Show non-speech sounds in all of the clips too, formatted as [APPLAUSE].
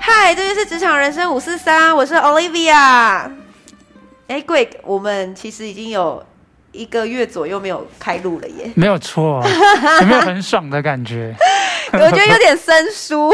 嗨，这就是职场人生五四三，我是 Olivia。哎，Greg，我们其实已经有一个月左右没有开录了耶， [LAUGHS] 没有错， [LAUGHS] 有没有很爽的感觉？我觉得有点生疏。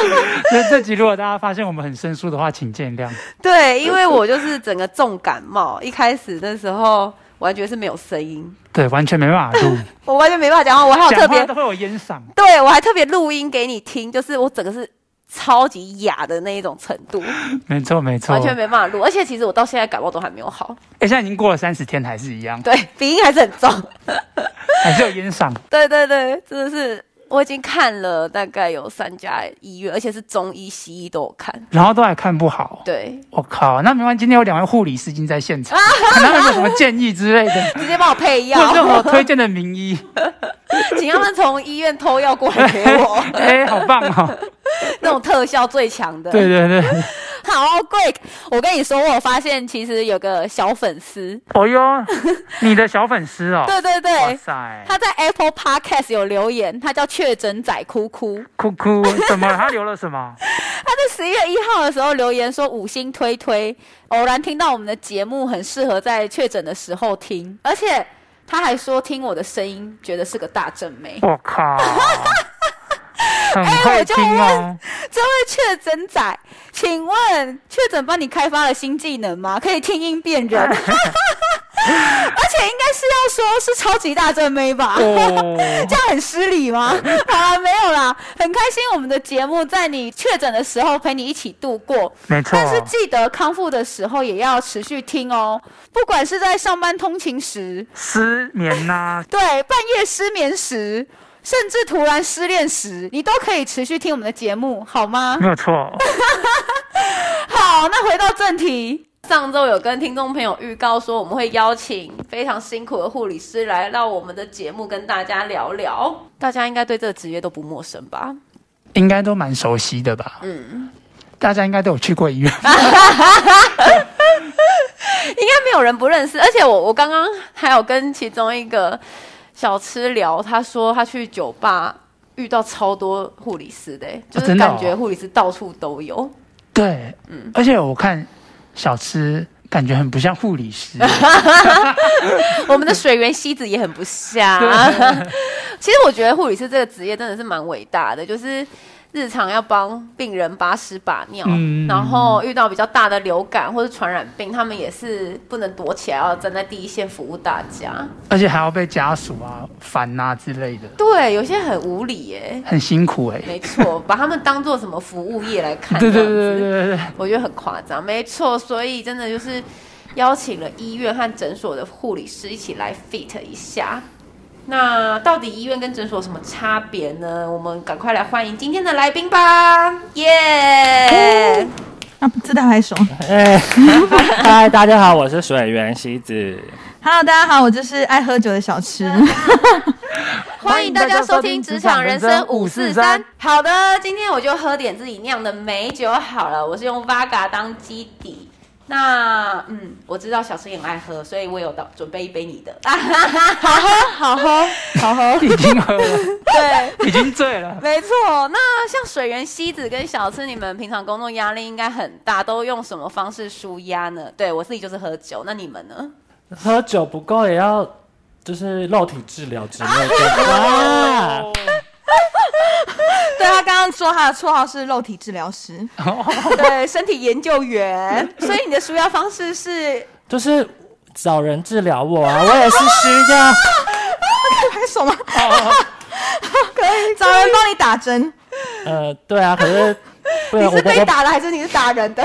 [LAUGHS] 这这集如果大家发现我们很生疏的话，请见谅。对，因为我就是整个重感冒，一开始那时候完全是没有声音，对，完全没办法录，我完全没办法讲话，我还有哦特讲别话都会有烟嗓。对我还特别录音给你听，就是我整个是超级哑的那一种程度，没错，没错。完全没办法录。而且其实我到现在感冒都还没有好，哎，现在已经过了三十天，还是一样，对，鼻音还是很重。还是有烟嗓。对对对，真的是我已经看了大概有三家医院，而且是中医、西医都有看。然后都还看不好。对，我靠，那没关系，今天有两位护理师已经在现啊场，看他们有没有什么建议之类 [LAUGHS] 的，直接帮我配或是我药，推荐的名医。 [LAUGHS] 请他们从医院偷药过来给我， [LAUGHS] 哎，好棒哦！那种特效最强的。对对对，好贵！我跟你说，我有发现其实有个小粉丝，哦哟，你的小粉丝哦，对对哇对，塞，他在 Apple Podcast 有留言，他叫确诊仔哭哭。哭哭，怎么了？他留了什么？他在十一月一号的时候留言说五星推推，偶然听到我们的节目，很适合在确诊的时候听，而且他还说听我的声音觉得是个大正妹。 [LAUGHS] 我靠，哎很会听哦！这位确诊仔，请问确诊帮你开发了新技能吗？可以听音辨人，而 [LAUGHS] 且应该是要说是超级大正妹吧？哦，这样很失礼吗？ [LAUGHS] 好了，没有啦，很开心我们的节目在你确诊的时候陪你一起度过，没错但，是记得康复的时候也要持续听哦，不管是在上班通勤时，失眠呐、对，半夜失眠时，甚至突然失恋时，你都可以持续听我们的节目，好吗？没有错，好，那回到正题。上周有跟听众朋友预告说，我们会邀请非常辛苦的护理师来到我们的节目跟大家聊聊。大家应该对这个职业都不陌生吧？应该都蛮熟悉的吧？嗯，大家应该都有去过 [LAUGHS] 医院。应该没有人不认识。而且我我刚刚还有跟其中一个小吃聊，他说他去酒吧遇到超多护理师的、欸就是真的哦感觉护理师到处都有。对，嗯而且我看小吃感觉很不像护理 [LAUGHS] 师，我们的水源西子也很不像。 [LAUGHS] 其实我觉得护理师这个职业真的是蛮伟大的，就是。日常要帮病人把屎把尿，嗯然后遇到比较大的流感或者传染病，他们也是不能躲起来，要站在第一线服务大家。而且还要被家属啊、烦啊之类的，对，有些很无理耶、很辛苦哎、没错，把他们当做什么服务业来 [LAUGHS] 看，对对这样对对子对对，我觉得很夸张。没错，所以真的就是邀请了医院和诊所的护理师一起来 fit 一下。那到底医院跟诊所有什么差别呢？我们赶快来欢迎今天的来宾吧，耶、啊，自带还爽。哎，嗨，大家好，我是水原希子。 Hello，大家好，我就是爱喝酒的小吃。欢迎大家收听《职场人生五四三》。好的，今天我就喝点自己酿的美酒好了，我是用 Vaga 当基底。那嗯，我知道小吃也很爱喝，所以我有到准备一杯你的。好喝，好喝，好喝。 [LAUGHS] 已经喝了，啊对，已经醉了。没错。那像水源西子跟小吃，你们平常工作压力应该很大，都用什么方式舒压呢？对我自己就是喝酒，那你们呢？喝酒不够也要就是肉体治疗之类的啊哇！哦对他刚刚说他的绰号是肉体治疗师， [LAUGHS] 对，身体研究 [LAUGHS] 员。所以你的舒压方式是就是找人治疗我啊，我也是需要。拍手吗？哦 [LAUGHS] 可以找人帮你打针。呃，对啊，可是不你然我是我被打的还是你是打人的？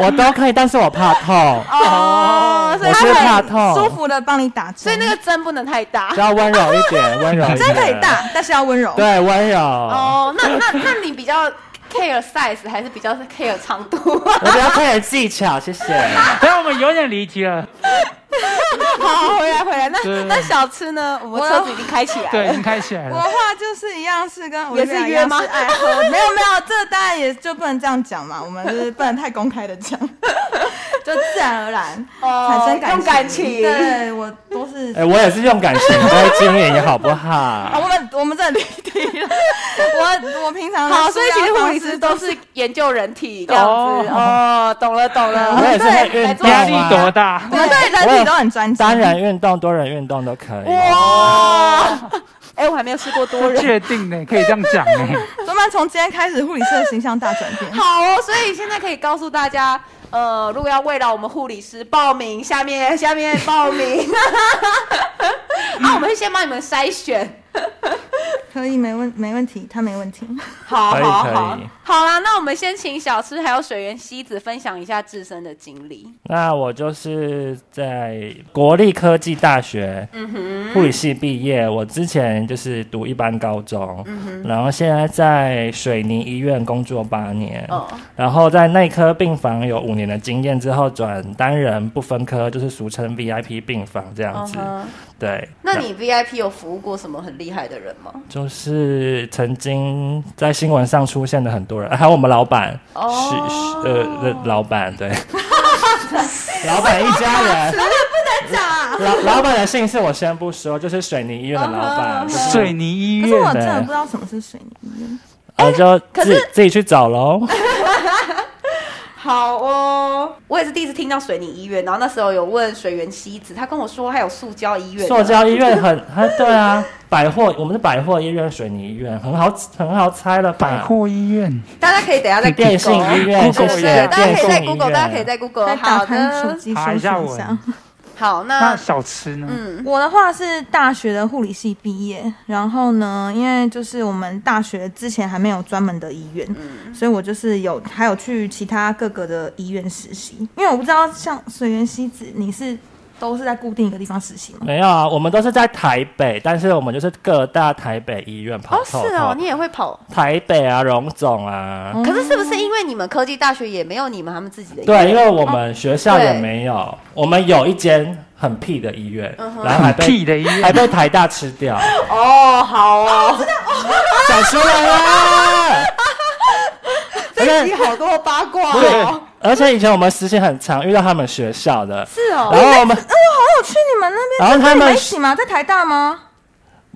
我我都可以，但是我怕痛，哦，所以我它是很，怕舒痛，服的帮你打 [LAUGHS] 针，所以那个针不能太大只。要温柔一点，温柔一点。针可以，大，但是要温柔。对，温柔。哦，那那那你比较 care size 还是比较 care 长度？我比较看点技巧，谢谢。等哎一下我们有点离题了，好，回来回来。那对那小吃呢？我们我车子已经开起来对，已了。经开起来我的了。话就是一样是跟也是一约样吗是爱喝，没有没有，这当然也就不能这样讲嘛，我们就是不能太公开的讲，就自然而然哦产生感用感情对我都是哎哎，我也是用感情在经营，好不好啊，？我们我我们这离题了。我我平常的好，所以其实舒压护方理式师都是研究人体这样子哦，懂了懂了，我也是会对，来运做动压力多啊，大？我们对人体都很专单心。人运动、多人运动都可以。哇，哎，我还没有试过多 [LAUGHS] 不人，确定呢，可以这样讲 [LAUGHS] 呢。 [LAUGHS] 慢慢从今天开始，护理师的形象大转变。 [LAUGHS] 好哦，所以现在可以告诉大家，呃，如果要为了我们护理师报名，下 [LAUGHS] 面下面报名， [LAUGHS] 啊，我们会先帮你们筛选。 [LAUGHS] 可以，没问没问题，他没问题。好可以好可好以，好啦，那我们先请小吃还有水源西子分享一下自身的经历。那我就是在国立科技大学嗯护理系毕业，我之前就是读一般高中，嗯然后现在在水泥医院工作八年，哦，然后在内科病房有五年的经验之后，转单人不分科，就是俗称 VIP 病房这样嗯子。哼，对，那你 VIP 有服务过什么很厉害的人吗？就是曾经在新闻上出现的很多人，还有我们老板，哦是是呃的老 [LAUGHS] 板对，老板一家人，啊老老板的姓氏我先不说，就是水泥医院的老哦板，就是水泥医可是我院，真的不知道什么是水泥医院。然后哦哎就自己自己去找喽。好哦，我也是第一次听到水泥医院，然后那时候有问水源西子，他跟我说还有塑胶医院，塑胶医院很很对啊，百货我们是百货医院、水泥医院，很好很好猜了吧，百货医院，大家可以等一下再 Google 电信医院，谢对谢对，大家电可以信在医 Google，大家可以院。在 Google。再好打开手的，机查搜一下索一我下。好，那那小吃呢？嗯，我的话是大学的护理系毕业，然后呢，因为就是我们大学之前还没有专门的医院，所以我就是有还有去其他各个的医院实习。因为我不知道像水源西子，你是都是在固定一个地方实习吗？没有啊，我们都是在台北，但是我们就是各大台北医院跑哦是透透。哦，你也会跑，台北啊，荣总啊，可是是不是因为你们科技大学也没有你们他们自己的医对，院？哦因为我们学校也对没有，我们有一间很屁的医院，嗯然后还很被屁的医哎院，还被台大吃掉， [LAUGHS] 哦，好哦，讲出来啦。而 [LAUGHS] 这集且好多八卦不是哦，，而且以前我们实习很常遇到他们学校的，是哦，然后我们，我哎有去你们那边，然后他你们们一起吗？在台大吗？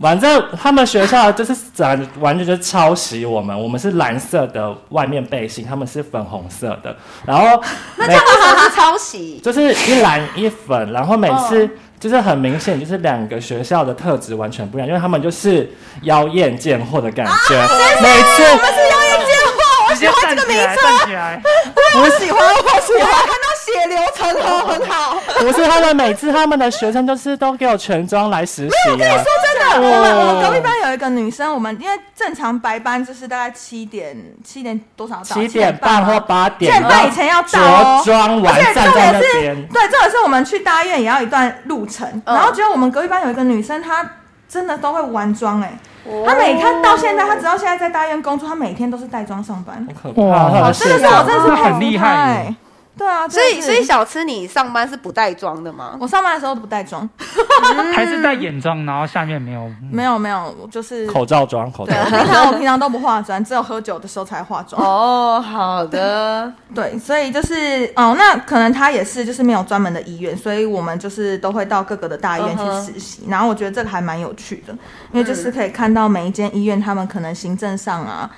反正他们学校就是完完全就是抄袭我们，我们是蓝色的外面背心，他们是粉红色的，然后那为什么是抄袭？就是一蓝一粉，然后每次哦嗯就是很明显，就是两个学校的特质完全不一样，因为他们就是妖艳贱货的感觉。啊每次是妖艳贱货，我直接站起来，哎站起来，不喜欢，我喜欢，看到血流成河，很好。不是他们，每次他们的学生就是都给我全装来实习啊。说真的，我们我哦们隔壁班有一个女生，我们因为正常白班就是大概七点七点多少到七点半吗或八点，七点半然后以前要到哦着装而且完站重在点那是，边。对，重点是我们去大医院也要一段路程，嗯然后结果我们隔壁班有一个女生，她真的都会玩妆哎、哦她每她到现在，她直到现在在大医院工作，她每天都是带妆上班，很可怕，哇他们真现的是我场真的是那佩服很厉她害哎对啊，所以，真的是所以小吃你上班是不带妆的吗？我上班的时候都不带妆，嗯嗯还是戴眼妆，然后下面没有。没有没有，我就是口罩装口罩对，装。平常我平常都不化妆，只有喝酒的时候才化妆。哦，好的，对，所以就是哦，那可能他也是就是没有专门的医院，所以我们就是都会到各个的大医院去嗯哼实习。然后我觉得这个还蛮有趣的，因为就是可以看到每一间医院他们可能行政上啊，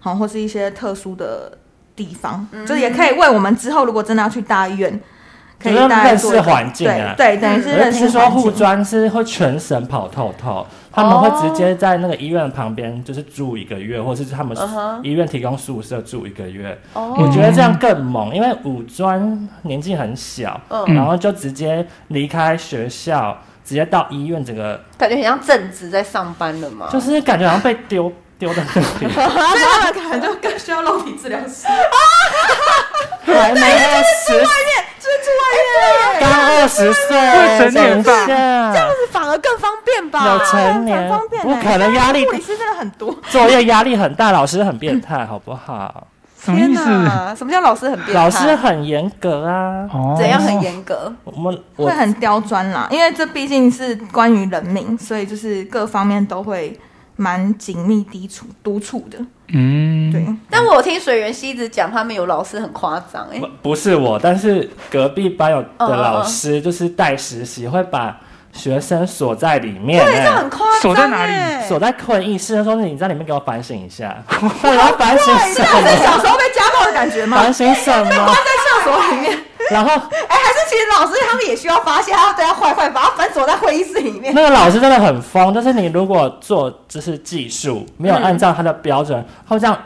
好、或是一些特殊的地方，就是也可以为我们之后如果真的要去大医院，可以就是大家认做识一个环境啊对对，等于是我认识听说环护境。专是会全省跑透透，他们会直接在那个医院旁边就是住一个月，或是他们嗯哼医院提供宿舍住一个月。哦我觉得这样更猛，因为五专年纪很小，嗯然后就直接离开学校，直接到医院，整个感觉很像正职在上班了嘛。就是感觉好像被丢丢到那里，所以他们可能就更需要肉体治疗师，还没二十，哎啊就是刚二十岁，会成年吧吧？是反而更方便有吧成很年方便，不欸可能，压力护理师真的很多。作业压力很大，老师很变态，好不好？什么意思？哪什么叫老师很变态？老师很严格啊，哦，怎样很严格？我们我会很刁钻啦，因为这毕竟是关于人民，所以就是各方面都会蛮紧密督促督促的。嗯，对，，但我有听水源西子讲，他们有老师很夸张哎嗯不。不是我，但是隔壁班有的老师就是带实习，会把学生锁在里面、对，这欸很。夸张、欸。锁在哪里锁在困意室，他说你在里面给我反省一下， [LAUGHS] 到底要反省 [LAUGHS] 什啊 [LAUGHS] 这么？是小时候被家暴的感觉吗？反省什么？在厕所里面，然后哎、还是其实老师他们也需要发现，他要对他坏坏，把他反锁在会议室里面。那个老师真的很疯，就是你如果做就是技术没有按照他的标嗯准，他会这样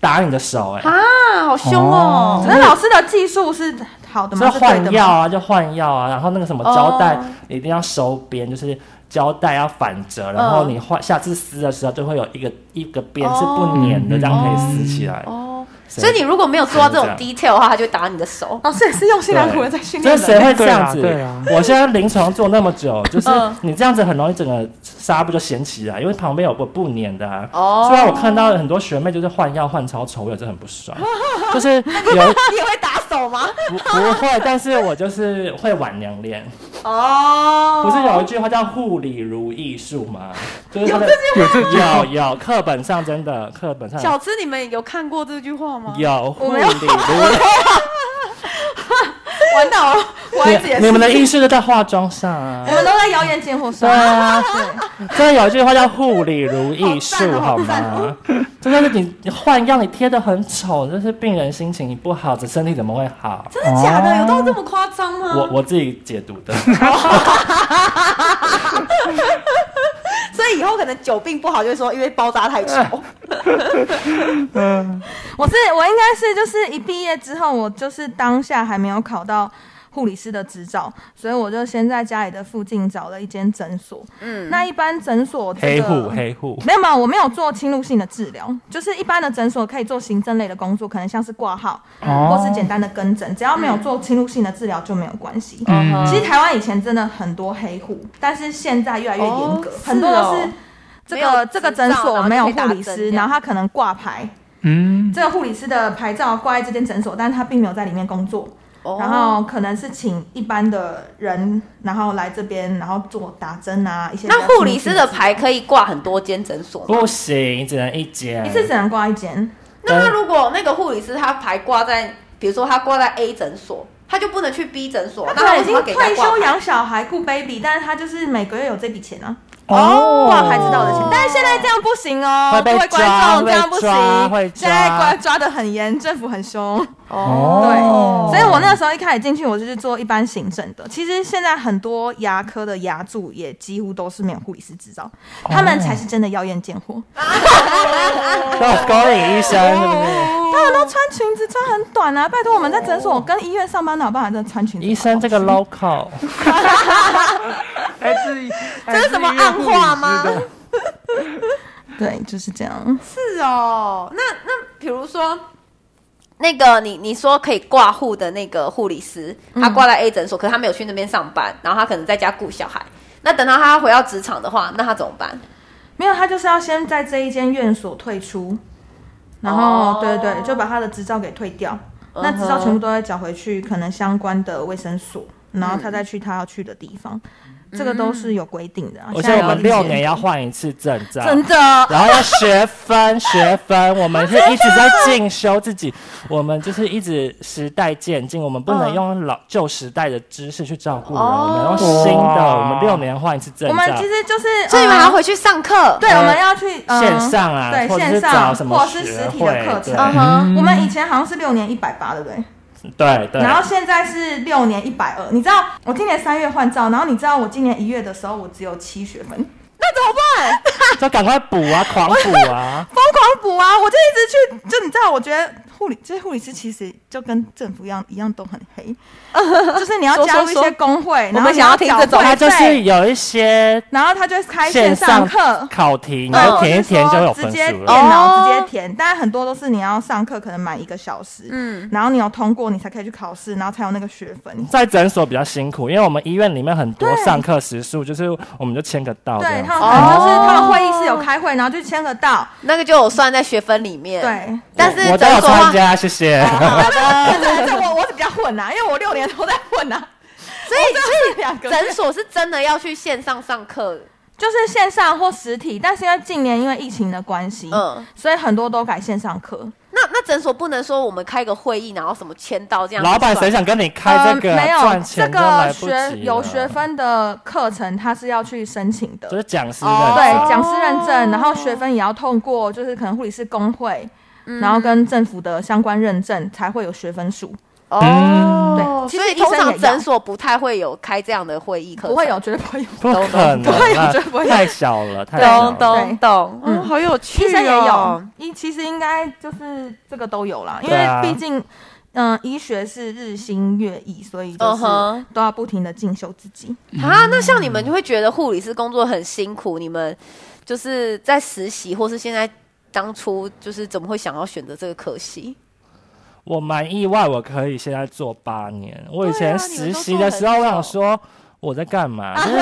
打你的手、哎，啊，好凶哦！那老师的技术是好的就吗？是对换的药吗？啊，就换药啊，然后那个什么胶带哦一定要收边，就是胶带要反折，然后嗯你换下次撕的时候就会有一个一个边是不粘的，哦这样可以撕起来。嗯哦，谁所以你如果没有做到这种谁 detail 的话，他就打你的手。老师也是用心良苦的在训这练谁人。会这样子？对啊我现在临床做那么久，就是嗯你这样子很容易整个纱布就掀起啊来，因为旁边有个不粘的啊。哦虽然我看到很多学妹就是换药换超丑，我也是很不爽，就是 [LAUGHS] 有你也会打手吗？ [LAUGHS] 不不会，但是我就是会晚娘恋。哦，不是有一句话叫“护理如艺术”吗？就是他的有这句话有有课本上真的课本上小吃，你们有看过这句话吗？有护没理有如完蛋了，我孩子也艺，是。你 [LAUGHS] 们的艺术就在化妆上啊我。们都在谣言见火对上。啊，真的有一句话叫“护理如艺术”，好好赞吗？真的是你你换药，你贴的很丑，就是病人心情不好，这身体怎么会好？真哦的假的？有到这么夸张吗？我我自己解读的，所以以后可能久病不好，就会说因为包扎太丑。我是我应该是就是一毕业之后，我就是当下还没有考到护理师的执照，所以我就先在家里的附近找了一间诊所。嗯，那一般诊所、这黑个、户黑户。没有没有，我没有做侵入性的治疗，就是一般的诊所可以做行政类的工作，可能像是挂号、哦或是简单的跟诊，只要没有做侵入性的治疗就没有关系。嗯其实台湾以前真的很多黑户，但是现在越来越严格，哦很多都是是哦这没有个执照这个诊所没有护然后就理可以打师，针这样然后他可能挂牌，嗯，这个护理师的牌照挂在这间诊所，但是他并没有在里面工作，哦然后可能是请一般的人，然后来这边，然后做打针啊一些。那护理师的牌，可以挂很多间诊所吗？不行，只能一间。一次只能挂一间。那他如果那个护理师他牌挂在，比如说他挂在 A 诊所，他就不能去 B 诊所， [LAUGHS] 那他他可为能已什么经要给他退挂休牌？养小孩顾 baby，但是他就是每个月有这笔钱 [LAUGHS] 啊，哦挂牌知道的钱。但是现在这样不行哦，会被各位观抓众这样不会被行，抓现在关抓的很严，政府很凶。哦对，所以我那个时候一开始进去，我就是做一般行政的。其实现在很多牙科的牙助也几乎都是没有护理师执照，哦他们才是真的妖艳贱货。要勾引医生是不是？他们都穿裙子，穿很短啊！拜托，我们在诊所跟医院上班，哪有办法真的穿裙子？医生这个 local，哎，这这是什么暗话吗对，就是这样。是哦，那那比如说。那个你你说可以挂护的那个护理师，他挂在 A 诊所，可是他没有去那边上班，然后他可能在家顾小孩。那等到他回到职场的话，那他怎么办？没有，他就是要先在这一间院所退出，然后、哦对对对，就把他的执照给退掉。嗯哼那执照全部都会缴回去，可能相关的卫生所，然后他再去他要去的地方，嗯这个都是有规定的、啊。我现说在我有们理解六年要换一次证照，真的然后要学分学分，我们是一直在进修自己，我们就是一直时代渐进，我们不能嗯用老旧时代的知识去照顾人，哦我们用新的，哇我们六年换一次证我照们。其实就是，所以你们还要呃回去上课？对，我们要去、呃线上啊或对，者是线找上什么或者是实体的学会课对程。嗯哼，我们以前好像是六年一百八，对不对？对对，然后现在是六年一百二。你知道我今年三月换照，然后你知道我今年一月的时候我只有七学分，，就赶快补啊，狂补 [LAUGHS] 啊疯狂补啊！我就一直去，就你知道，我觉得护理这些护理师其实就跟政府一样，一样都很 [LAUGHS] 黑，就是你要加入一说说些工会，我然后们你想要要听缴这种会它就是费有一些然后他就会开线线上上课。考题，你对就哦填一填就有我是分说直接数电了。脑哦直接填，但很多都是你要上课，可能满一个小时，嗯，然后你有通过，你才可以去考试，然后才有那个学分。在诊所比较辛苦，因为我们医院里面很多对上课时数，就是我们就签个到这对样他子。们可能就是哦他们会议室有开会，然后就签个到。那个就有算在学分里面。对，但是我都诊有所的话参加，谢 [LAUGHS] 谢。好的，这这我我是比较混呐、因为我六年都在混啊呐、所以就是两个诊所是真的要去线上上课，就是线上或实体，但是因为近年因为疫情的关系，嗯所以很多都改线上课。那那那诊所不能说我们开个会议，然后什么签到这样。老板谁？想跟你开这个啊呃、没有赚这钱都来个不学及有了啊学，分的课程，它是要去申请的就。是讲师哦认对证，讲师认证，然后学分也要通过，就是可能护理师工会，嗯嗯然后跟政府的相关认证才会有学分数，哦，对其实所以医生通常也要诊所不太会有开这样的会议课程，不会有，绝对 [LAUGHS] 不会有。不可能啊，不会有太小了，太小懂了。懂懂，嗯，嗯好有趣哦。医生也有，医其实应该就是这个都有啦，因对为啊毕竟，嗯、医学是日新月异，所以就嗯是哼都要不停的进修自己。啊，那像你们就会觉得护理师工作很辛苦，你们就是在实习，或是现在当初就是怎么会想要选择这个科系？我蛮意外，我可以现在做八年。我以对啊前实习的时候，我想说我在干嘛？就是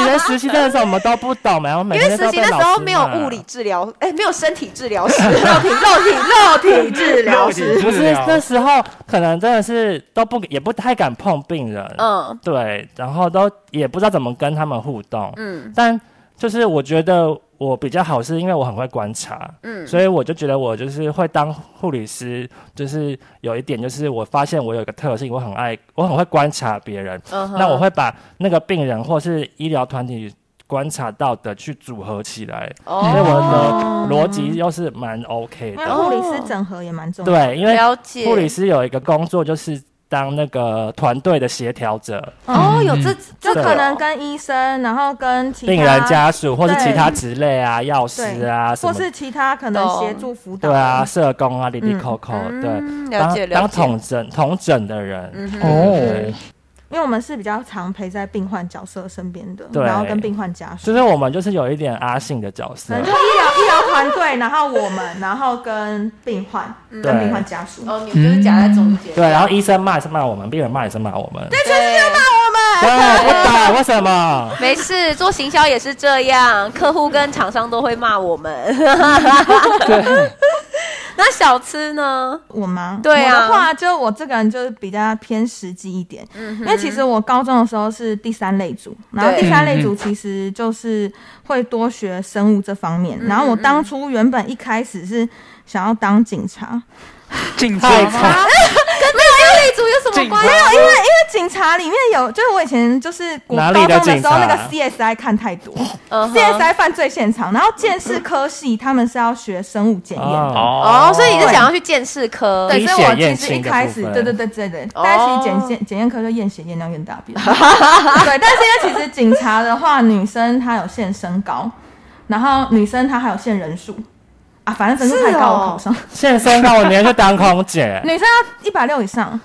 以前实习的时候什么都不懂，然后每因为天实都习被的时老候师啊没有骂物理，治疗，哎、没有身体治疗师，肉体肉体肉体治 [LAUGHS] 疗师，不是啊那时候可能真的是都不也不太敢碰病人，嗯对，然后都也不知道怎么跟他们互动。嗯但就是我觉得我比较好，是因为我很会观察，嗯，所以我就觉得我就是会当护理师，就是有一点就是我发现我有一个特性，我很爱，我很会观察别人。嗯哼那我会把那个病人或是医疗团体观察到的去组合起来，哦所以我的逻辑又是蛮 OK 因为的。护理师整合也蛮重要的。对，因为嗯了解护理师有一个工作就是当那个团队的协调者，哦，有嗯这这就个可能跟医生，然后跟其他啊病人家属或是对其他职类啊、药师对啊什或么是其他可能协助辅导对啊，，社工啊、里里嗯扣扣，嗯对，了解嗯当了当解统整统整的人，哦，因为我们是比较常陪在病患角色身边的，对然后跟病患家属，就是啊我们就是有一点阿信的角色可能，就医疗医疗团队，然后我们，然后跟病患，跟对病患家属。哦，你们就是夹在中间，对，然后医生骂也是骂我们，病人骂也是骂我们，就是要骂我对，不打为什么？ [LAUGHS] 没事，做行销也是这样，客户跟厂商都会骂我们。 [LAUGHS] 那小吃呢？我吗？对啊我的话就我这个人就是比较偏实际一点，嗯、因为其实我高中的时候是第三类组，然后对第三类嗯组其实就是会多学生物这方面，然后我当初原本一开始是想要当警察，竞争太惨，对组有什么关系？因为因为警察里面有，就是我以前就是我哪高里中的的时候那警察个 CSI 看太 [LAUGHS] 多嗯哼，CSI 犯罪现场，然后建识科系他们是要学生物检验的。哦，哦，所以你是想要去见识科？对，滴所以我血验其实一亲的开部始，分对对对对对，哦但是检检检验科就验血、验尿、验大便。对，但是因为其实警察的话，女生她有限身高，然后女生她还有限人数啊，反正分数太是高哦我考不上。，现身高，我宁愿去当空姐 [LAUGHS] 女生要一百六以上，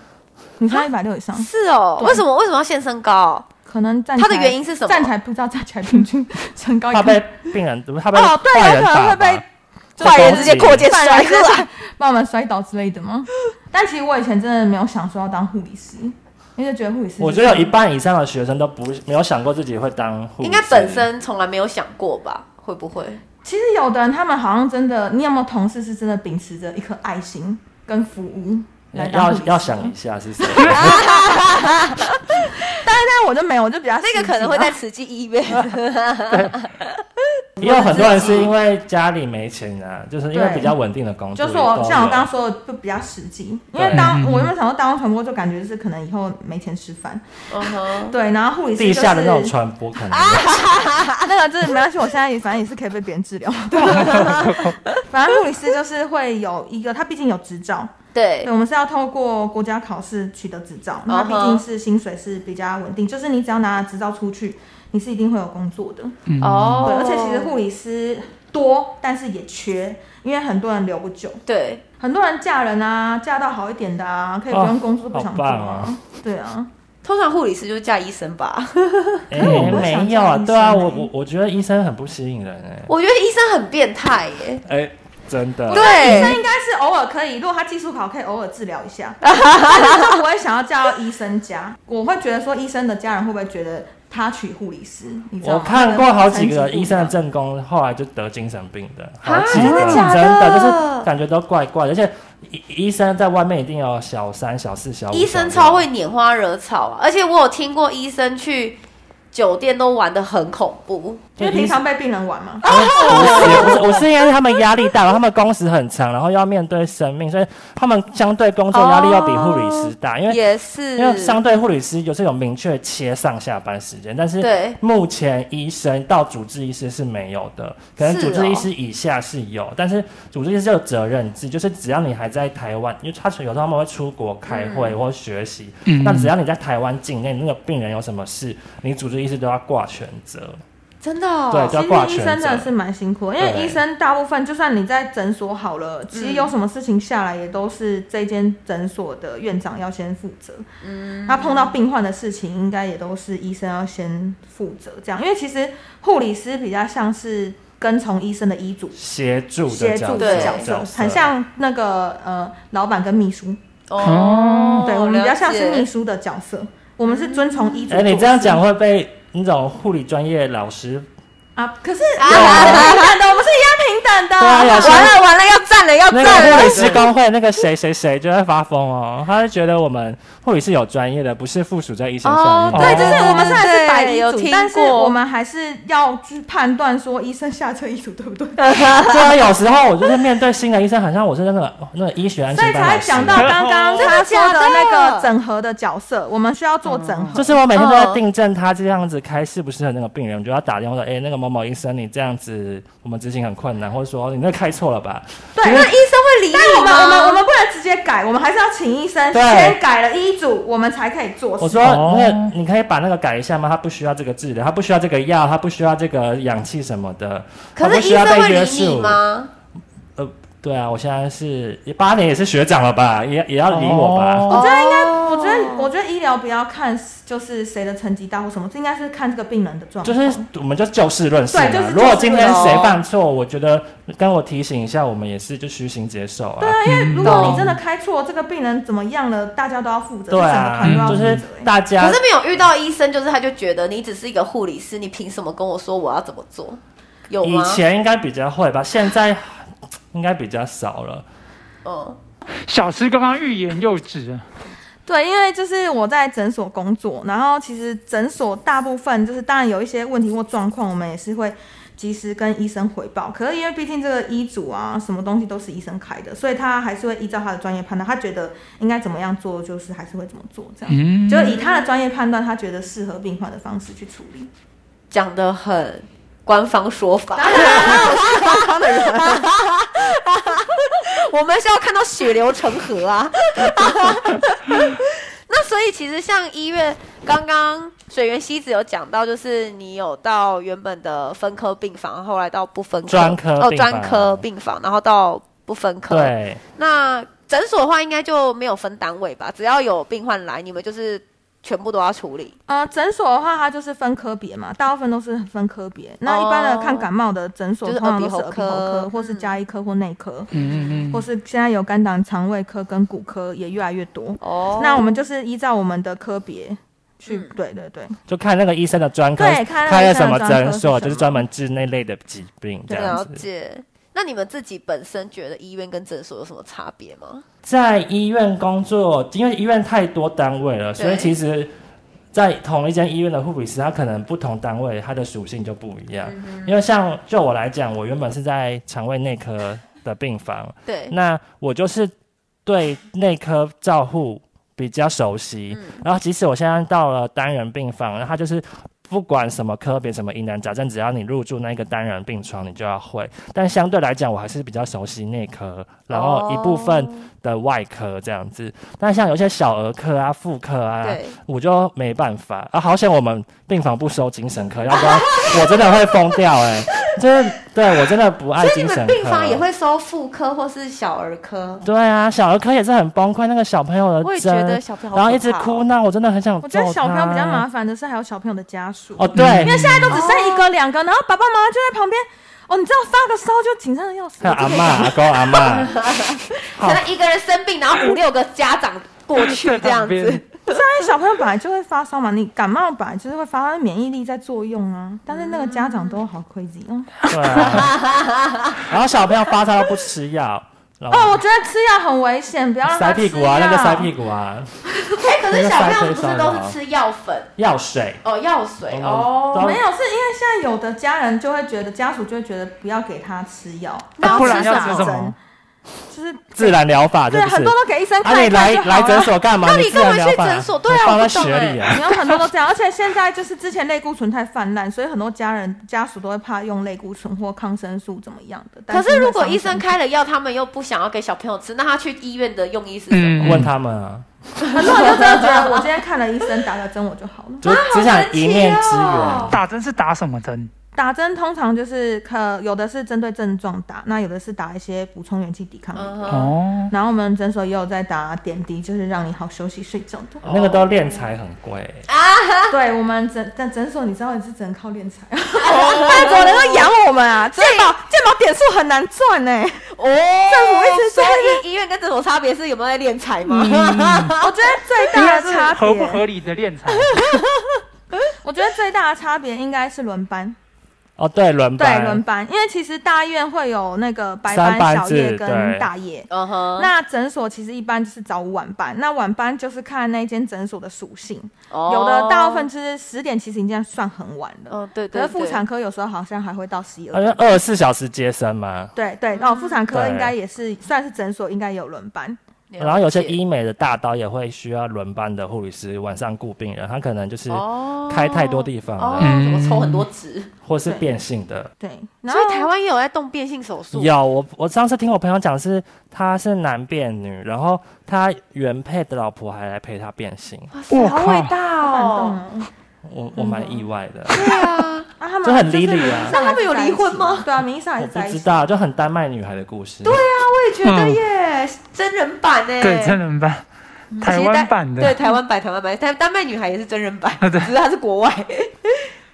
女生一百六以上，是哦，对为什么为什么要限身高？可能站她的起来原因是什么站起来不知道站起来平均身哦高怕也被病人，怕被哦，对，坏有人可能打会被吧。坏人直接过肩犯摔人过就来是，把我们摔倒之类的吗？ [LAUGHS] 但其实我以前真的没有想说要当护理师，因为就觉得护理师我就觉是得有一半以上的学生都不没有想过自己会当护士，应该本身从来没有想过吧？会不会？其实有的人他们好像真的，你有没有同事是真的秉持着一颗爱心跟服务来当哎要护理师嗯要想一下是谁。但是但我就没有，我就比较那个可能会嗯在慈济医院。也有很多人是因为家里没钱啊，就是因为比较稳定的工作就也是都有，我像我刚刚说的，就比较实际，因为啊对嗯当我原本想说当传播，就感觉是可能以后没钱吃饭，嗯哼， [LAUGHS] 对，然后护理师、就地是、下的那种传播，可能啊，那个真的没 [LAUGHS] 关系，我现在也反正也是可以被别人治疗。对， [LAUGHS] 反正护理师就是会有一个，他毕竟有执照， [LAUGHS] 对对，，我们是要透过国家考试取得执照，那嗯哼毕竟是薪水是比较稳定，就是你只要拿了执照出去，你是一定会有工作的。哦对，而且其实护理师多，但是也缺，因为很多人留不久，对，很多人嫁人啊，嫁到好一点的啊，可以不用工作，哦不想好做棒啊啊。对啊，通常护理师就是嫁医生吧？ [LAUGHS] 哎、我不想没有啊，当医对啊，生我欸我我觉得医生很不吸引人哎、我觉得医生很变态耶。哎、真的，医生对，应该是偶尔可以，如果他技术好，可以偶尔治疗 [LAUGHS] 一下，但是就不会想要嫁到医生家。我会觉得说，医生的家人会不会觉得他娶护理师？你知道我吗看过好几个医生的层级正宫，后来就得精神病的，好啊几个，真的假的真的就是感觉都怪怪的，而且医医生在外面一定有啊小三、小四、小五，医生小超六会拈花惹草啊！而且我有听过医生去酒店都玩的很恐怖，因为平常被病人玩嘛。啊不是不是，我是因为他们压力大，然后他们工时很长，然后要面对生命，所以他们相对工作压力要比护理师大，因为也是因为相对护理师有是有明确切上下班时间，但是对目前医生到主治医师是没有的，可能是主治医哦师以下是有，但是主治医师有责任制，就是只要你还在台湾，因为他有时候他们会出国开会或学习，嗯那只要你在台湾境内那个病人有什么事，你主治医师都要挂全责，真的、哦，对，都要其挂实医全生真责的。是蛮辛苦的，因为对医生大部分就算你在诊所好嗯了，其实有什么事情下来也都是这间诊所的院长要先负责。嗯，他碰到病患的事情，应该也都是医生要先负责这样。因为其实护理师比较像是跟从医生的医嘱协助协的助对的角角色色，很像那个呃老板跟秘书，哦，对我们比较像是了解嗯秘书的角色，我们是遵从医嘱哎、做事。你这样讲会被那种护理专业老师，啊？可是啊 [LAUGHS] 哎啊，平等的，我们是一样平等的。对啊有时候完了完了，要站了要 [LAUGHS] 那站个护了理，师工会那个谁谁谁就会发疯哦，他就觉得我们护理是有专业的，不是附属在医生上哦面。哦对，哎就是我们虽然是白对医有嘱听，但是过我们还是要去判断说医生下这医嘱对 [LAUGHS] 不对，对啊，有时候我就是面对新的医生，好像我是那个哦那个医学安所以全班才老会师 [LAUGHS] 讲到刚刚真的他说假的哦的那个整合的角色，我们需要做整合。就是我每天都在订正他这样子开适不适合那个病人，我就要打电话说，哎、那个某某医生，你这样子我们执行很困难，或者说你那个开错了吧？对，那医生会理但是你我们我们我吗？们不能直接改，我们还是要请医生对先改了医嘱，我们才可以做我事。说哦那个你可以把那个改一下吗？他不需要这个治疗，他不需要这个药，他不需要这个氧气什么的，他可不是需医要生被会约理你束。吗？呃，对啊，我现在是八年也是学长了吧，也也要理我吧。哦我觉得应该，哦我觉得我觉得医疗不要看就是谁的成绩大或什么，这应该是看这个病人的状就况。是我们就就事论事嘛。对就是如果就事今论天事谁犯错，我觉得跟我提醒一下，我们也是就虚心接受啊。因为如果懂你真的开错，这个病人怎么样了，大家都要负责，对整个团都啊，要就负责、是欸大家可是没有遇到医生，就是他就觉得你只是一个护理师，你凭什么跟我说我要怎么做？有以吗？前应该比较会吧，现在应该比较少了。嗯，小吃刚刚欲言又止，对，因为就是我在诊所工作，然后其实诊所大部分就是当然有一些问题或状况，我们也是会及时跟医生汇报。可是因为毕竟这个医嘱啊，什么东西都是医生开的，所以他还是会依照他的专业判断，他觉得应该怎么样做，就是还是会怎么做这样。嗯，就以他的专业判断，他觉得适合病患的方式去处理。讲的很官方说法，我们是要看到血流成河啊。那所以其实像医院，刚刚水源西子有讲到，就是你有到原本的分科病房，后来到不分科专科哦病专房科病房，然后到不分科。，对，那诊所的话应该就没有分单位吧？只要有病患来，你们就是全部都要处理。呃，诊所的话，它就是分科别嘛，大部分都是分科别。那一般的看感冒的诊哦所，就是通常都耳鼻是喉耳鼻喉科科，或是嗯加医科或内科。嗯嗯或是现在有肝胆肠胃科跟骨科也越来越多。哦那我们就是依照我们的科别去，嗯对对对，就看那个医生的专科对看那个开了医生什的么专科诊是所，什就是么专门治那类的疾病这样了子。解。那你们自己本身觉得医院跟诊所有什么差别吗？在医院工作，因为医院太多单位了，所以对其实，在同一间医院的护理师，他可能不同单位它的属性就不一样。嗯因为像就我来讲，我原本是在肠胃内科的病房，对，那我就是对内科照护比较熟悉，嗯然后即使我现在到了单人病房，然后他就是。不管什么科别、什么疑难杂症，只要你入住那个单人病床，你就要会。但相对来讲，我还是比较熟悉内科，然后一部分哦的外科这样子。但像有一些小儿科啊、妇科啊，对，我就没办法啊。好险我们病房不收精神科，要不然我真的会疯掉哎、就是对我真的不爱所以你精神们科。病房也会收妇科或是小儿科？对啊，小儿科也是很崩溃，那个小朋友我也的觉针，得小朋友好可怕哦然后一直哭闹，我真的很想我觉揍得小朋友比较他麻烦的是还有小朋友的家属，哦，对，因为现在都只剩一个两个，然后爸爸妈妈就在旁边，哦，你知道发个烧就紧张的要死还。有我阿真的嬷、阿公、阿嬷，可能一个人生病，然后五六个家长过去这 [LAUGHS] 样子，因为小朋友本来就会发烧嘛，你感冒本来就是会发烧，免疫力在作用啊。但是那个嗯家长都好 crazy 哦，对啊。然后小朋友发烧又不吃药，然哦，后我觉得吃药很危险，不要让他塞吃屁药。股啊，那个塞屁股啊，哎、可是小朋友不是都是吃药粉药水。哦，药水嗯哦，糟没有，是因为现在有的家人就会觉得家属就会觉得不要给他吃药，那不然吃要什吃么什针么？就是自然疗法，对这不很是多？都给医生啊，看你一看来就好来了 [LAUGHS] 诊所干嘛？那你你自干然嘛疗去法，诊所对啊你放我在不懂血欸里啊。没有很多都这样，而且现在就是之前类固醇太泛滥，所以很多家人家属都会怕用类固醇或抗生素怎么样的。可但是如果会伤医生身体开了药，他们又不想要给小朋友吃，那他去医院的用意是什么？嗯问他们啊，很多人就真的觉得我今天看了医生，打个针我就好了。就是只想一面好之神奇哦缘。打针是打什么针？打针通常就是可有的是针对症状打，那有的是打一些补充元气抵抗力。嗯哼，哦，然后我们诊所也有在打点滴，就是让你好休息睡觉的。那个都练财很贵， [LAUGHS] 对我们诊但诊所你知道也是只能靠 [LAUGHS] 练财，但哦怎么能够养我们 [LAUGHS] 啊？健保健保点数很难赚呢、哦，政府一直说医医院跟诊所差别是有没有在敛财吗？ [LAUGHS] 嗯 [LAUGHS] 我觉得最应大该的是差别合不合理的练财。我觉得最大的差别应该是轮班，哦，对，轮对班，轮班，因为其实大医院会有那个白三班小夜制跟对大夜。嗯哼，那诊所其实一般就是早午晚班，那晚班就是看那间诊所的属性，哦有的大部分就是十点，其实已经算很晚了。哦，对可对，是对妇产科有时候好像还会到十一而二且点。二十四小时接生嘛。对对，嗯哦，妇产科对应该也是算是诊所，应该也有轮班。然后有些了解医美的大刀也会需要轮班的护理师晚上顾病人，他可能就是哦开太多地方哦，了，怎么抽很多脂？或是对变性的。对，然所后以台湾也有在动变性手术，有我我上次听我朋友讲是他是男变女，然后他原配的老婆还来陪他变性，哇塞我好靠伟大好感动哦！哦我我蛮意外的。对啊，啊，他们这很就离是谱啊名义上那他们有还是在一离婚起吗？对啊，名义上还我是不在一知起。道，就很丹麦女孩的故事。对啊，我也觉得嗯耶，真人版哎，对，真人版，台其实湾丹版的。对台湾版，台湾版，但丹麦女孩也是真人版，啊对只是她是国外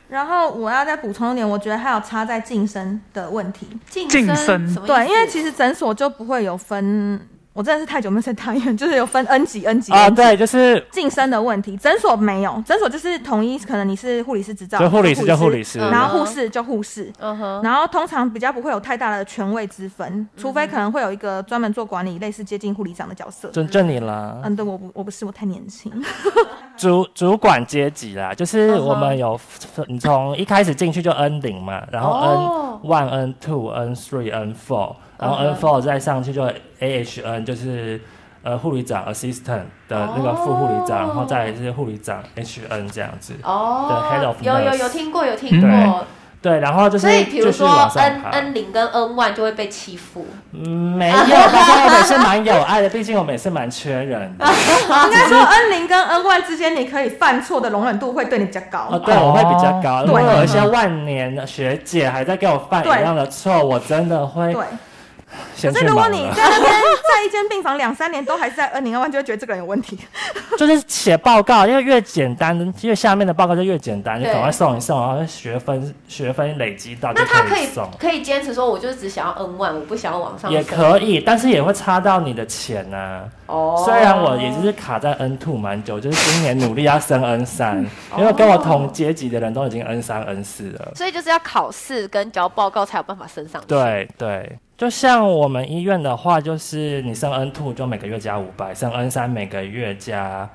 然后我要再补充一点，我觉得还有差在晋升的问题。晋晋升什么意思对，因为其实诊所就不会有分，我真的是太久没有在大医院，就是有分 N 级、N 级、N 啊级哦对，啊就是晋升的问题，诊所没有，诊所就是统一，可能你是护理师执照，就护理师就护理师，师，嗯然后护士就护士。嗯哼，嗯然后通常比较不会有太大的权位之分，除非可能会有一个专门做管理，类似接近护理长的角色。就就你啦，嗯，对，我不我不是，我太 [LAUGHS] 年轻。主主管阶级啦，就是嗯哼我们有你从一开始进去就 N 零嘛，然哦后 N one、N two、N three、N four，然后嗯 N 哼 four 再上去就 AHN，就是呃护理长 assistant 的那个副护理长，哦然后再来是护理长 HN 这样子。The head 哦 of，有有 nurse 有听过，有听过对。对，然后就是所以比如就是说往上 N 爬 N 零跟 N one 就会被欺负，嗯没有，但是我们也是蛮有爱的，毕竟我们也是蛮缺人的。应该说 N 零跟 N one 之间，你可以犯错的容忍度会对你比较高。哦，对，我会比较高。如果对有一些万年的学姐还在给我犯对一样的错，我真的会对。先可去是如果忙你了。在那边在一间病房两三年都还是在 N 零 N 万，就会觉得这个人有问题。就是写报告，因为越简单，越下面的报告就越简单，就对赶快送一送，然后学分学分累积到就那他可以送。可以坚持说，我就是只想要 N one，我不想要往上也升可以，但是也会差到你的钱呐、哦。虽然我也就是卡在 N two 蛮久，就是今年努力要升 N 三，因为跟我同阶级的人都已经 N 三 N 四了。所以就是要考试跟交报告才有办法升上去。，对对，就像我们医院的话，就是你升 N two 就每个月加五百，升 N 三每个月加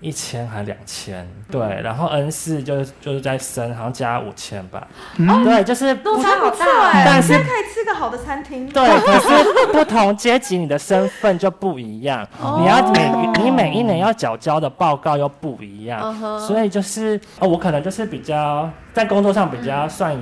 一千还两千，对，嗯然后 N 四就就是在升，好像加五千吧，对，就是不落 [LAUGHS] 差好大不错哦。哎但是现在可以吃个好的餐厅。对，可是不同阶级你的身份就不一样，哦你要每你每一年要缴交的报告又不一样嗯哼所以就是哦，我可能就是比较在工作上比较算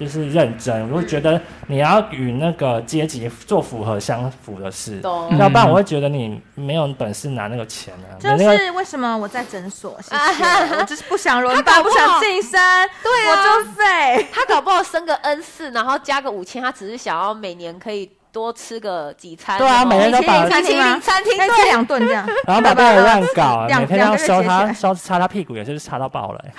就是认真，我会觉得你要与那个阶级做符合相符的事，懂要不然我会觉得你没有本事拿那个钱啊，就你那个是为什么我在诊所，谢谢，我就是不想轮啊他搞班，不不好想晋升，对啊我就废。他搞不好升个 N 四，然后加个五千，他只是想要每年可以多吃个几餐。对啊然后每天都把米其林餐厅可以吃对。两 [LAUGHS] 顿这样。然后把别人乱搞，啊两每天都要两个月收结起他来收擦他屁股也是擦到爆了、欸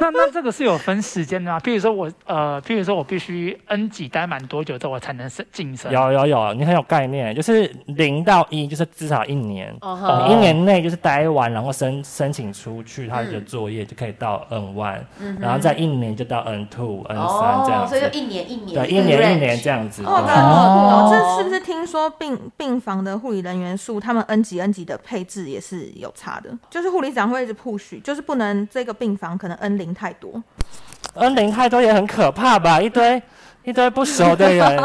那那这个是有分时间的吗？譬如说我呃，譬如说我必须 N 几待满多久之后我才能升晋升？有有有，你很有概念，就是零到一就是至少一年，哦吼哦一年内就是待完，然后申申请出去，他的作业就可以到 N one，、然后再一年就到 N two、N 三这样嗯哦所以就子，一年一年，对，一年一年这样子。嗯哦，对那哦哦，这是不是听说病病房的护理人员数，他们 N 级 N 级的配置也是有差的？就是护理长会一直 push，就是不能这个病房可能 N 零太多， N 零太多也很可怕吧？一堆一堆不熟的 [LAUGHS] 人，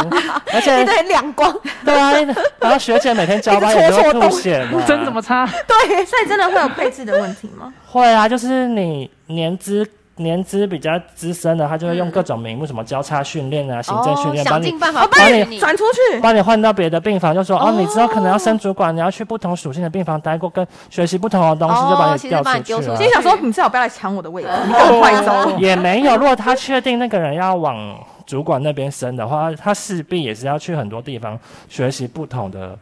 而且一堆亮 [LAUGHS] 光，对啊，然后学姐每天交班也都会吐血 [LAUGHS] 嘛，真怎么差？对，所以真的会有配置的问题吗？会啊？就是你年资。年资比较资深的，他就会用各种名目，什么交叉训练啊、行政训练，嗯哦帮想你尽办法帮你帮转出去，把你换到别的病房，就说哦，你之后可能要升主管，你要去不同属性的病房待过，跟学习不同的东西，哦就把你其实调把你出丢去出了去心里想说你最好不要来抢我的位置，你哦给我快 [LAUGHS] 走。也没有，如果他确定那个人要往主管那边升的话，他势必也是要去很多地方学习不同的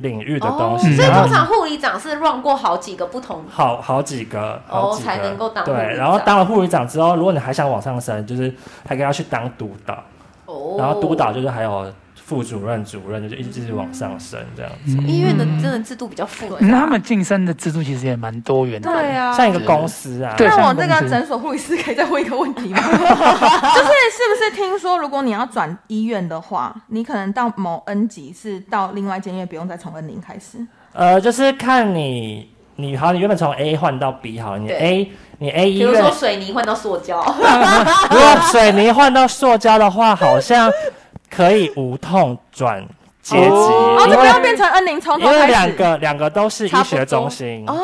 领域的东西，哦所以然后通常护理长是 run 过好几个不同好好几个，好哦几个才能够当对护理，长然后当了护理长之后，如果你还想往上升，就是还可以要去当督导，哦然后督导就是还有副主任、主任，就是一直往上升这样子。医院的真的制度比较复杂，嗯他们晋升的制度其实也蛮多元的。对啊，像一个公司啊，对那我像这公个司诊所护理师可以再问一个问 [LAUGHS] 题吗？就是是不是听说，如果你要转医院的话，你可能到某 N 级是到另外一间医院，不用再从 N 零开始。呃，就是看你，你好，你原本从 A 换到 B 好了，你对 A 你 A 医比如说院，水泥换到塑胶，如果水泥换到塑胶的话，好像可以无痛转阶级，哦，因就不为要变成 N 零，从头因为开两始。个两个都是医学中心哦，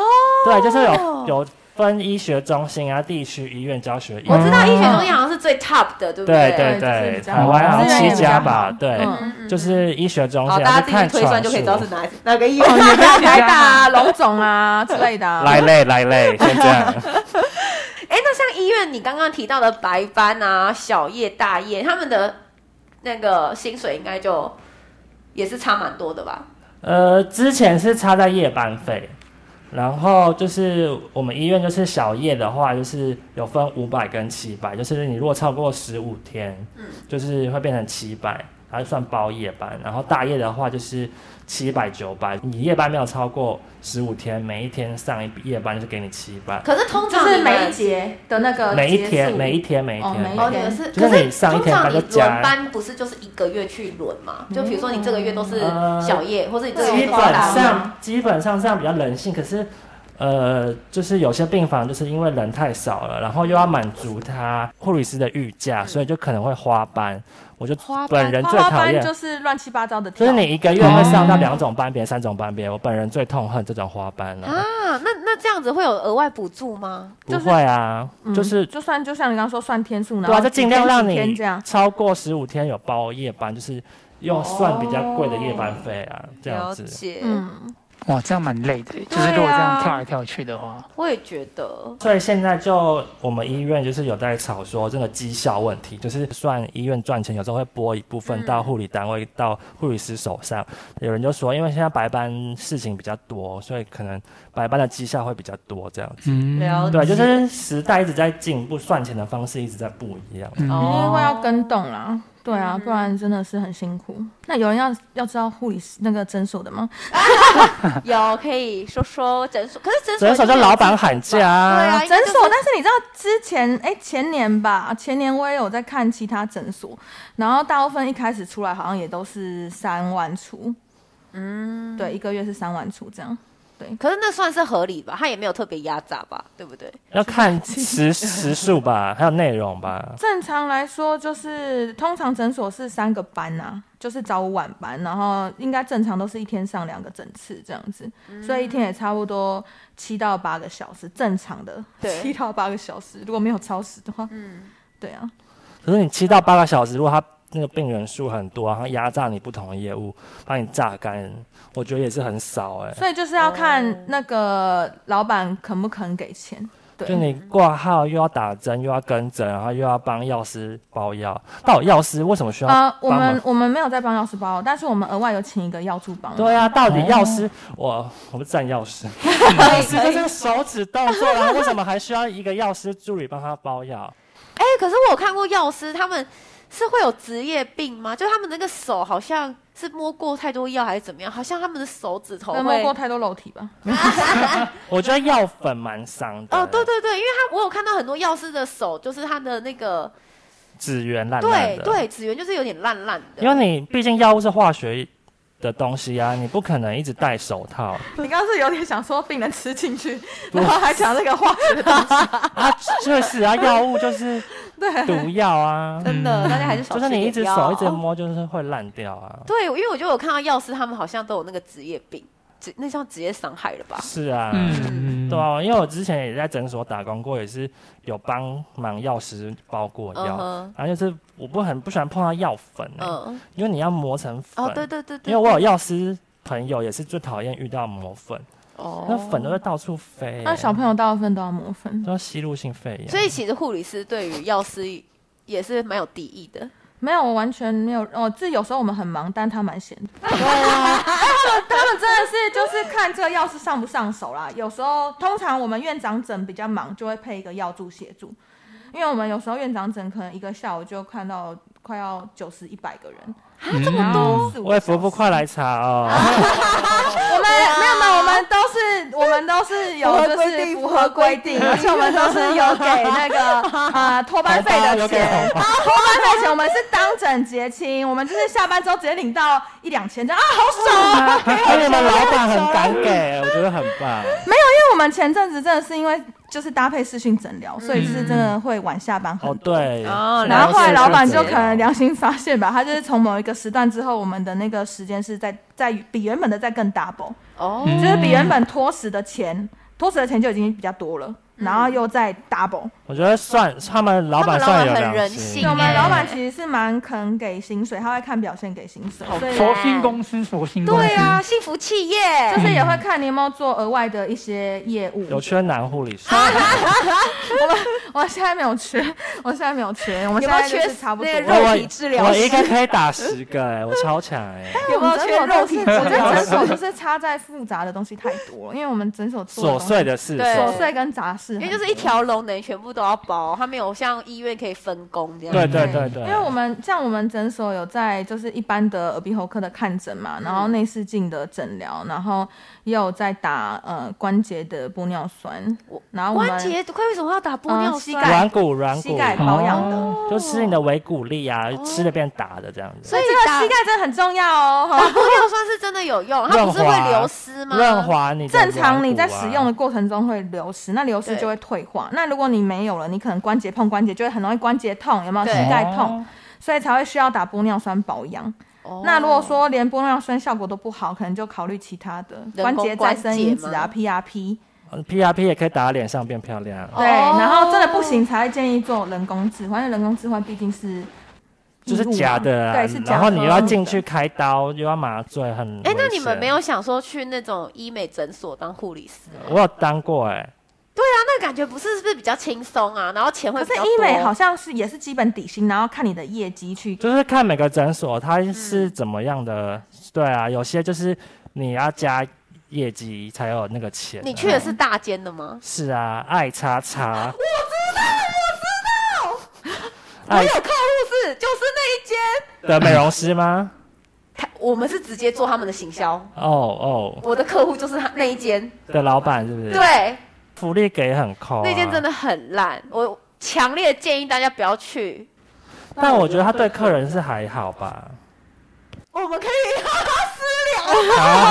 对，就是有有分医学中心啊，地区医院、教学医我院，知道医学中心好像是最 top 的，对不对对对就是对，比较台湾好资源像也七比较家好吧，对，嗯就是医学中好，心，大家啊，自己去就看推算传哦就可以知数道是哪哪个医院。台大啊、龙总啊之类的啊、来嘞来嘞，先这样。 [LAUGHS] 哎，那像医院你刚刚提到的白班啊、小夜、大夜，他们的那个薪水应该就也是差蛮多的吧？呃，之前是差在夜班费，然后就是我们医院就是小夜的话，就是有分五百跟七百，就是你如果超过十五天，就是会变成七百，它就算包夜班。然后大夜的话就是七百九百，你夜班没有超过十五天，每一天上一夜班就是给你七百，可是通就常是你们每一节的那个每一结天束每一天每一哦天，哦，你每一们天是，就是可你上一通天常班你就加轮班不是就是一个月去轮嘛？就比如说你这个月都是嗯小夜，或者你这个基月本都是大夜。上基本上这样比较人性，可是。呃，就是有些病房就是因为人太少了，然后又要满足他护理师的预假，所以就可能会花班。我就嗯花本人最花讨班厌，就是乱七八糟的跳，就是你一个月会上到两种班别、三种班别，我本人最痛恨这种花班了。啊，那那这样子会有额外补助吗？不会啊，就是嗯就算就像你刚刚说算天数，然对啊，后就几尽量天让几天你这样。超过十五天有包夜班，就是用算比较贵的夜班费啊，这样子。解嗯，哇，这样蛮累的，就是如果这样跳来跳去的话，我也觉得，所以现在就我们医院就是有在吵说这个绩效问题，就是算医院赚钱，有时候会拨一部分到护理单位、到护理师手上。有人就说，因为现在白班事情比较多，所以可能白班的绩效会比较多这样子。嗯，了解对，啊就是时代一直在进步，算钱的方式一直在不一样。因为哦，要跟动啦。对啊，不然真的是很辛苦。那有人要要知道护理师那个诊所的吗？有可以说说诊所，可是诊所嗯诊所就就是老板喊价 [LAUGHS] 对啊，啊，诊所，那但是你知道之前哎、前年吧，前年我也有在看其他诊所，然后大部分一开始出来好像也都是三万出，嗯，对，一个月是三万出这样。可是那算是合理吧？他也没有特别压榨吧，对不对？ [LAUGHS] 要看时时数吧，还有内容吧。正常来说，就是通常诊所是三个班呐、就是早午晚班，然后应该正常都是一天上两个诊次这样子，所以一天也差不多七到八个小时，正常的对 [LAUGHS] 七到八个小时，如果没有超时的话，嗯，对啊，可是你七到八个小时，如果他那个病人数很多，然后压榨你不同的业务，把你榨干，我觉得也是很少哎、所以就是要看那个老板肯不肯给钱。对就你挂号又要打针，又要跟诊，然后又要帮药师包药。到底药师为什么需要帮呃忙？，我们我们没有在帮药师包，但是我们额外有请一个药助帮。对啊，到底药师，我我不赞 [LAUGHS] 药师，可以是可这以。是手指动作，然后为什么还需要一个药师助理帮他包药？哎、可是我有看过药师，他们是会有职业病吗？就他们那个手好像是摸过太多药还是怎么样？好像他们的手指头那摸会过太多楼梯吧？我觉得药粉蛮伤的。哦，对，对对，因为他我有看到很多药师的手，就是他的那个指缘烂烂对的。，对指缘就是有点烂烂的，因为你毕竟药物是化学的东西啊，你不可能一直戴手套。你刚刚是有点想说病人吃进去，然后还讲那个化学的东西，啊，确实啊，药 [LAUGHS] 物就是毒对，药啊，真的嗯大家还是少就吃是你一直点药手一直摸，就是会烂掉啊。哦对，因为我就有看到药师他们好像都有那个职业病，职那叫职业伤害了吧？是啊，嗯，对啊，因为我之前也在诊所打工过，也是有帮忙药师包过药嗯哼然后就是我不很不喜欢碰到药粉、欸嗯，因为你要磨成粉。哦，对对对对，因为我有药师朋友也是最讨厌遇到磨粉，哦那粉都会到处飞、欸。那小朋友大部分都要磨粉，都要吸入性肺炎，所以其实护理师对于药师也是蛮有敌意的。没有，我完全没有。哦，这有时候我们很忙，但他蛮闲的。哎对啊，他们真的是就是看这个药师上不上手啦。有时候通常我们院长诊比较忙，就会配一个药助协助，因为我们有时候院长诊可能一个下午就看到快要九十一百个人，这么然后四五个喂，福小福时快来查 [LAUGHS] 哦。啊 [LAUGHS] 我们没有没有，我们都是我们都是有就是啊符合规定，而且我们都是有给那 [LAUGHS] 个呃托班费的有给红钱， [LAUGHS] 包托班费钱我们是当整结清，我们就是下班之后直接领到一两千这样啊，好爽嗯啊！而且你们老板很敢给， [LAUGHS] 我觉得很棒。没有，因为我们前阵子真的是因为就是搭配视讯诊疗，所以是真的会晚下班哦很，多。对。哦然后后来是啊老板这就样可能良心发现吧，他就是从某一个时段之后，我们的那个时间是在在比原本的再更 double。哦，就是比原本拖死的钱，拖死的钱就已经比较多了，然后又再 double。我觉得算他们老板算有良嗯对，我他们嗯老板其实是蛮肯给薪水，他会看表现给薪水，所以佛心公司，佛心公司，对啊，幸福企业就是也会看你有没有做额外的一些业务。有缺男护 [LAUGHS] 理师，我现在没有缺， [LAUGHS] 我现在没有缺，我们有现没有在就缺是差不多。那我肉体治疗我师一个可以打十个哎，我超强哎， [LAUGHS] 有没有但缺我肉们诊所体就是我觉得诊所就是差在复杂的东西太多了，因为我们诊所做琐东西碎的事，对琐碎跟杂事因很多，为就是一条龙等于全部都要包，他没有像医院可以分工这样。对对对对，因为我们像我们诊所有在就是一般的耳鼻喉科的看诊嘛，然后内视镜的诊疗，然后也有在打呃关节的玻尿酸我，然后我们关节会为什么要打玻尿嗯膝酸？盖软骨软膝骨盖哦保养的，哦就吃你的维骨力啊，吃的变打的这样子，所以这个打膝盖真的很重要哦。哈玻尿酸是真的有用，它不是会流失吗？润滑你的正常你在软骨啊使用的过程中会流失，那流失对就会退化。那如果你没有了，你可能关节碰关节就会很容易关节痛，有没有膝对盖哦痛？所以才会需要打玻尿酸保养。哦那如果说连玻尿酸效果都不好，可能就考虑其他的人关工节关再生节因子啊吗、 PRP。 PRP 也可以打脸上变漂亮，哦对，然后真的不行才会建议做人工置换，因为人工置换毕竟是就是义务嘛假的啊，对，是假的。然后你又要进去开刀，又要麻醉，很哎、那危你们险没有想说去那种医美诊所当护理师？我有当过哎、啊那感觉不是是不是比较轻松啊？然后钱会可比是较多。医美好像是也是基本底薪，然后看你的业绩去。就是看每个诊所它嗯是怎么样的。对啊，有些就是你要加业绩才有那个钱、啊你去的是大间的吗？是啊，爱叉叉，我爱有客户是就是那一间，的美容师吗？他我们是直接做他们的行销，哦哦，我的客户就是他那一间，的老板是不是？，对，福利给很抠、啊。那间真。的很烂，我强烈建议大家不要去。但我觉得他对客人是还好吧。我们可以好好私聊，好好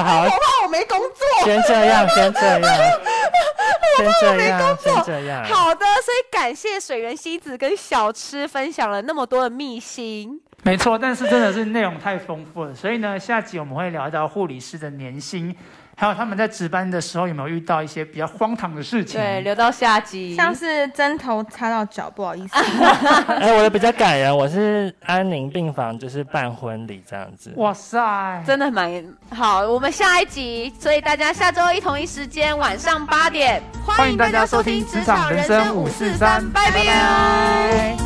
好好，怕我没工作。先这样，先这样，先这样，作先这样。好的，所以感谢水源西子跟小吃分享了那么多的秘辛。没错，但是真的是内容太丰富了，所以呢，下集我们会聊到护理师的年薪。还有他们在值班的时候有没有遇到一些比较荒唐的事情？对，留到下集。像是针头插到脚，不好意思。哎，我的比较感人，我是安宁病房，就是办婚礼这样子。哇塞，真的蛮好，我们下一集，所以大家下周一同一时间晚上八点，欢迎大家收听《职职场人生五543拜拜。拜拜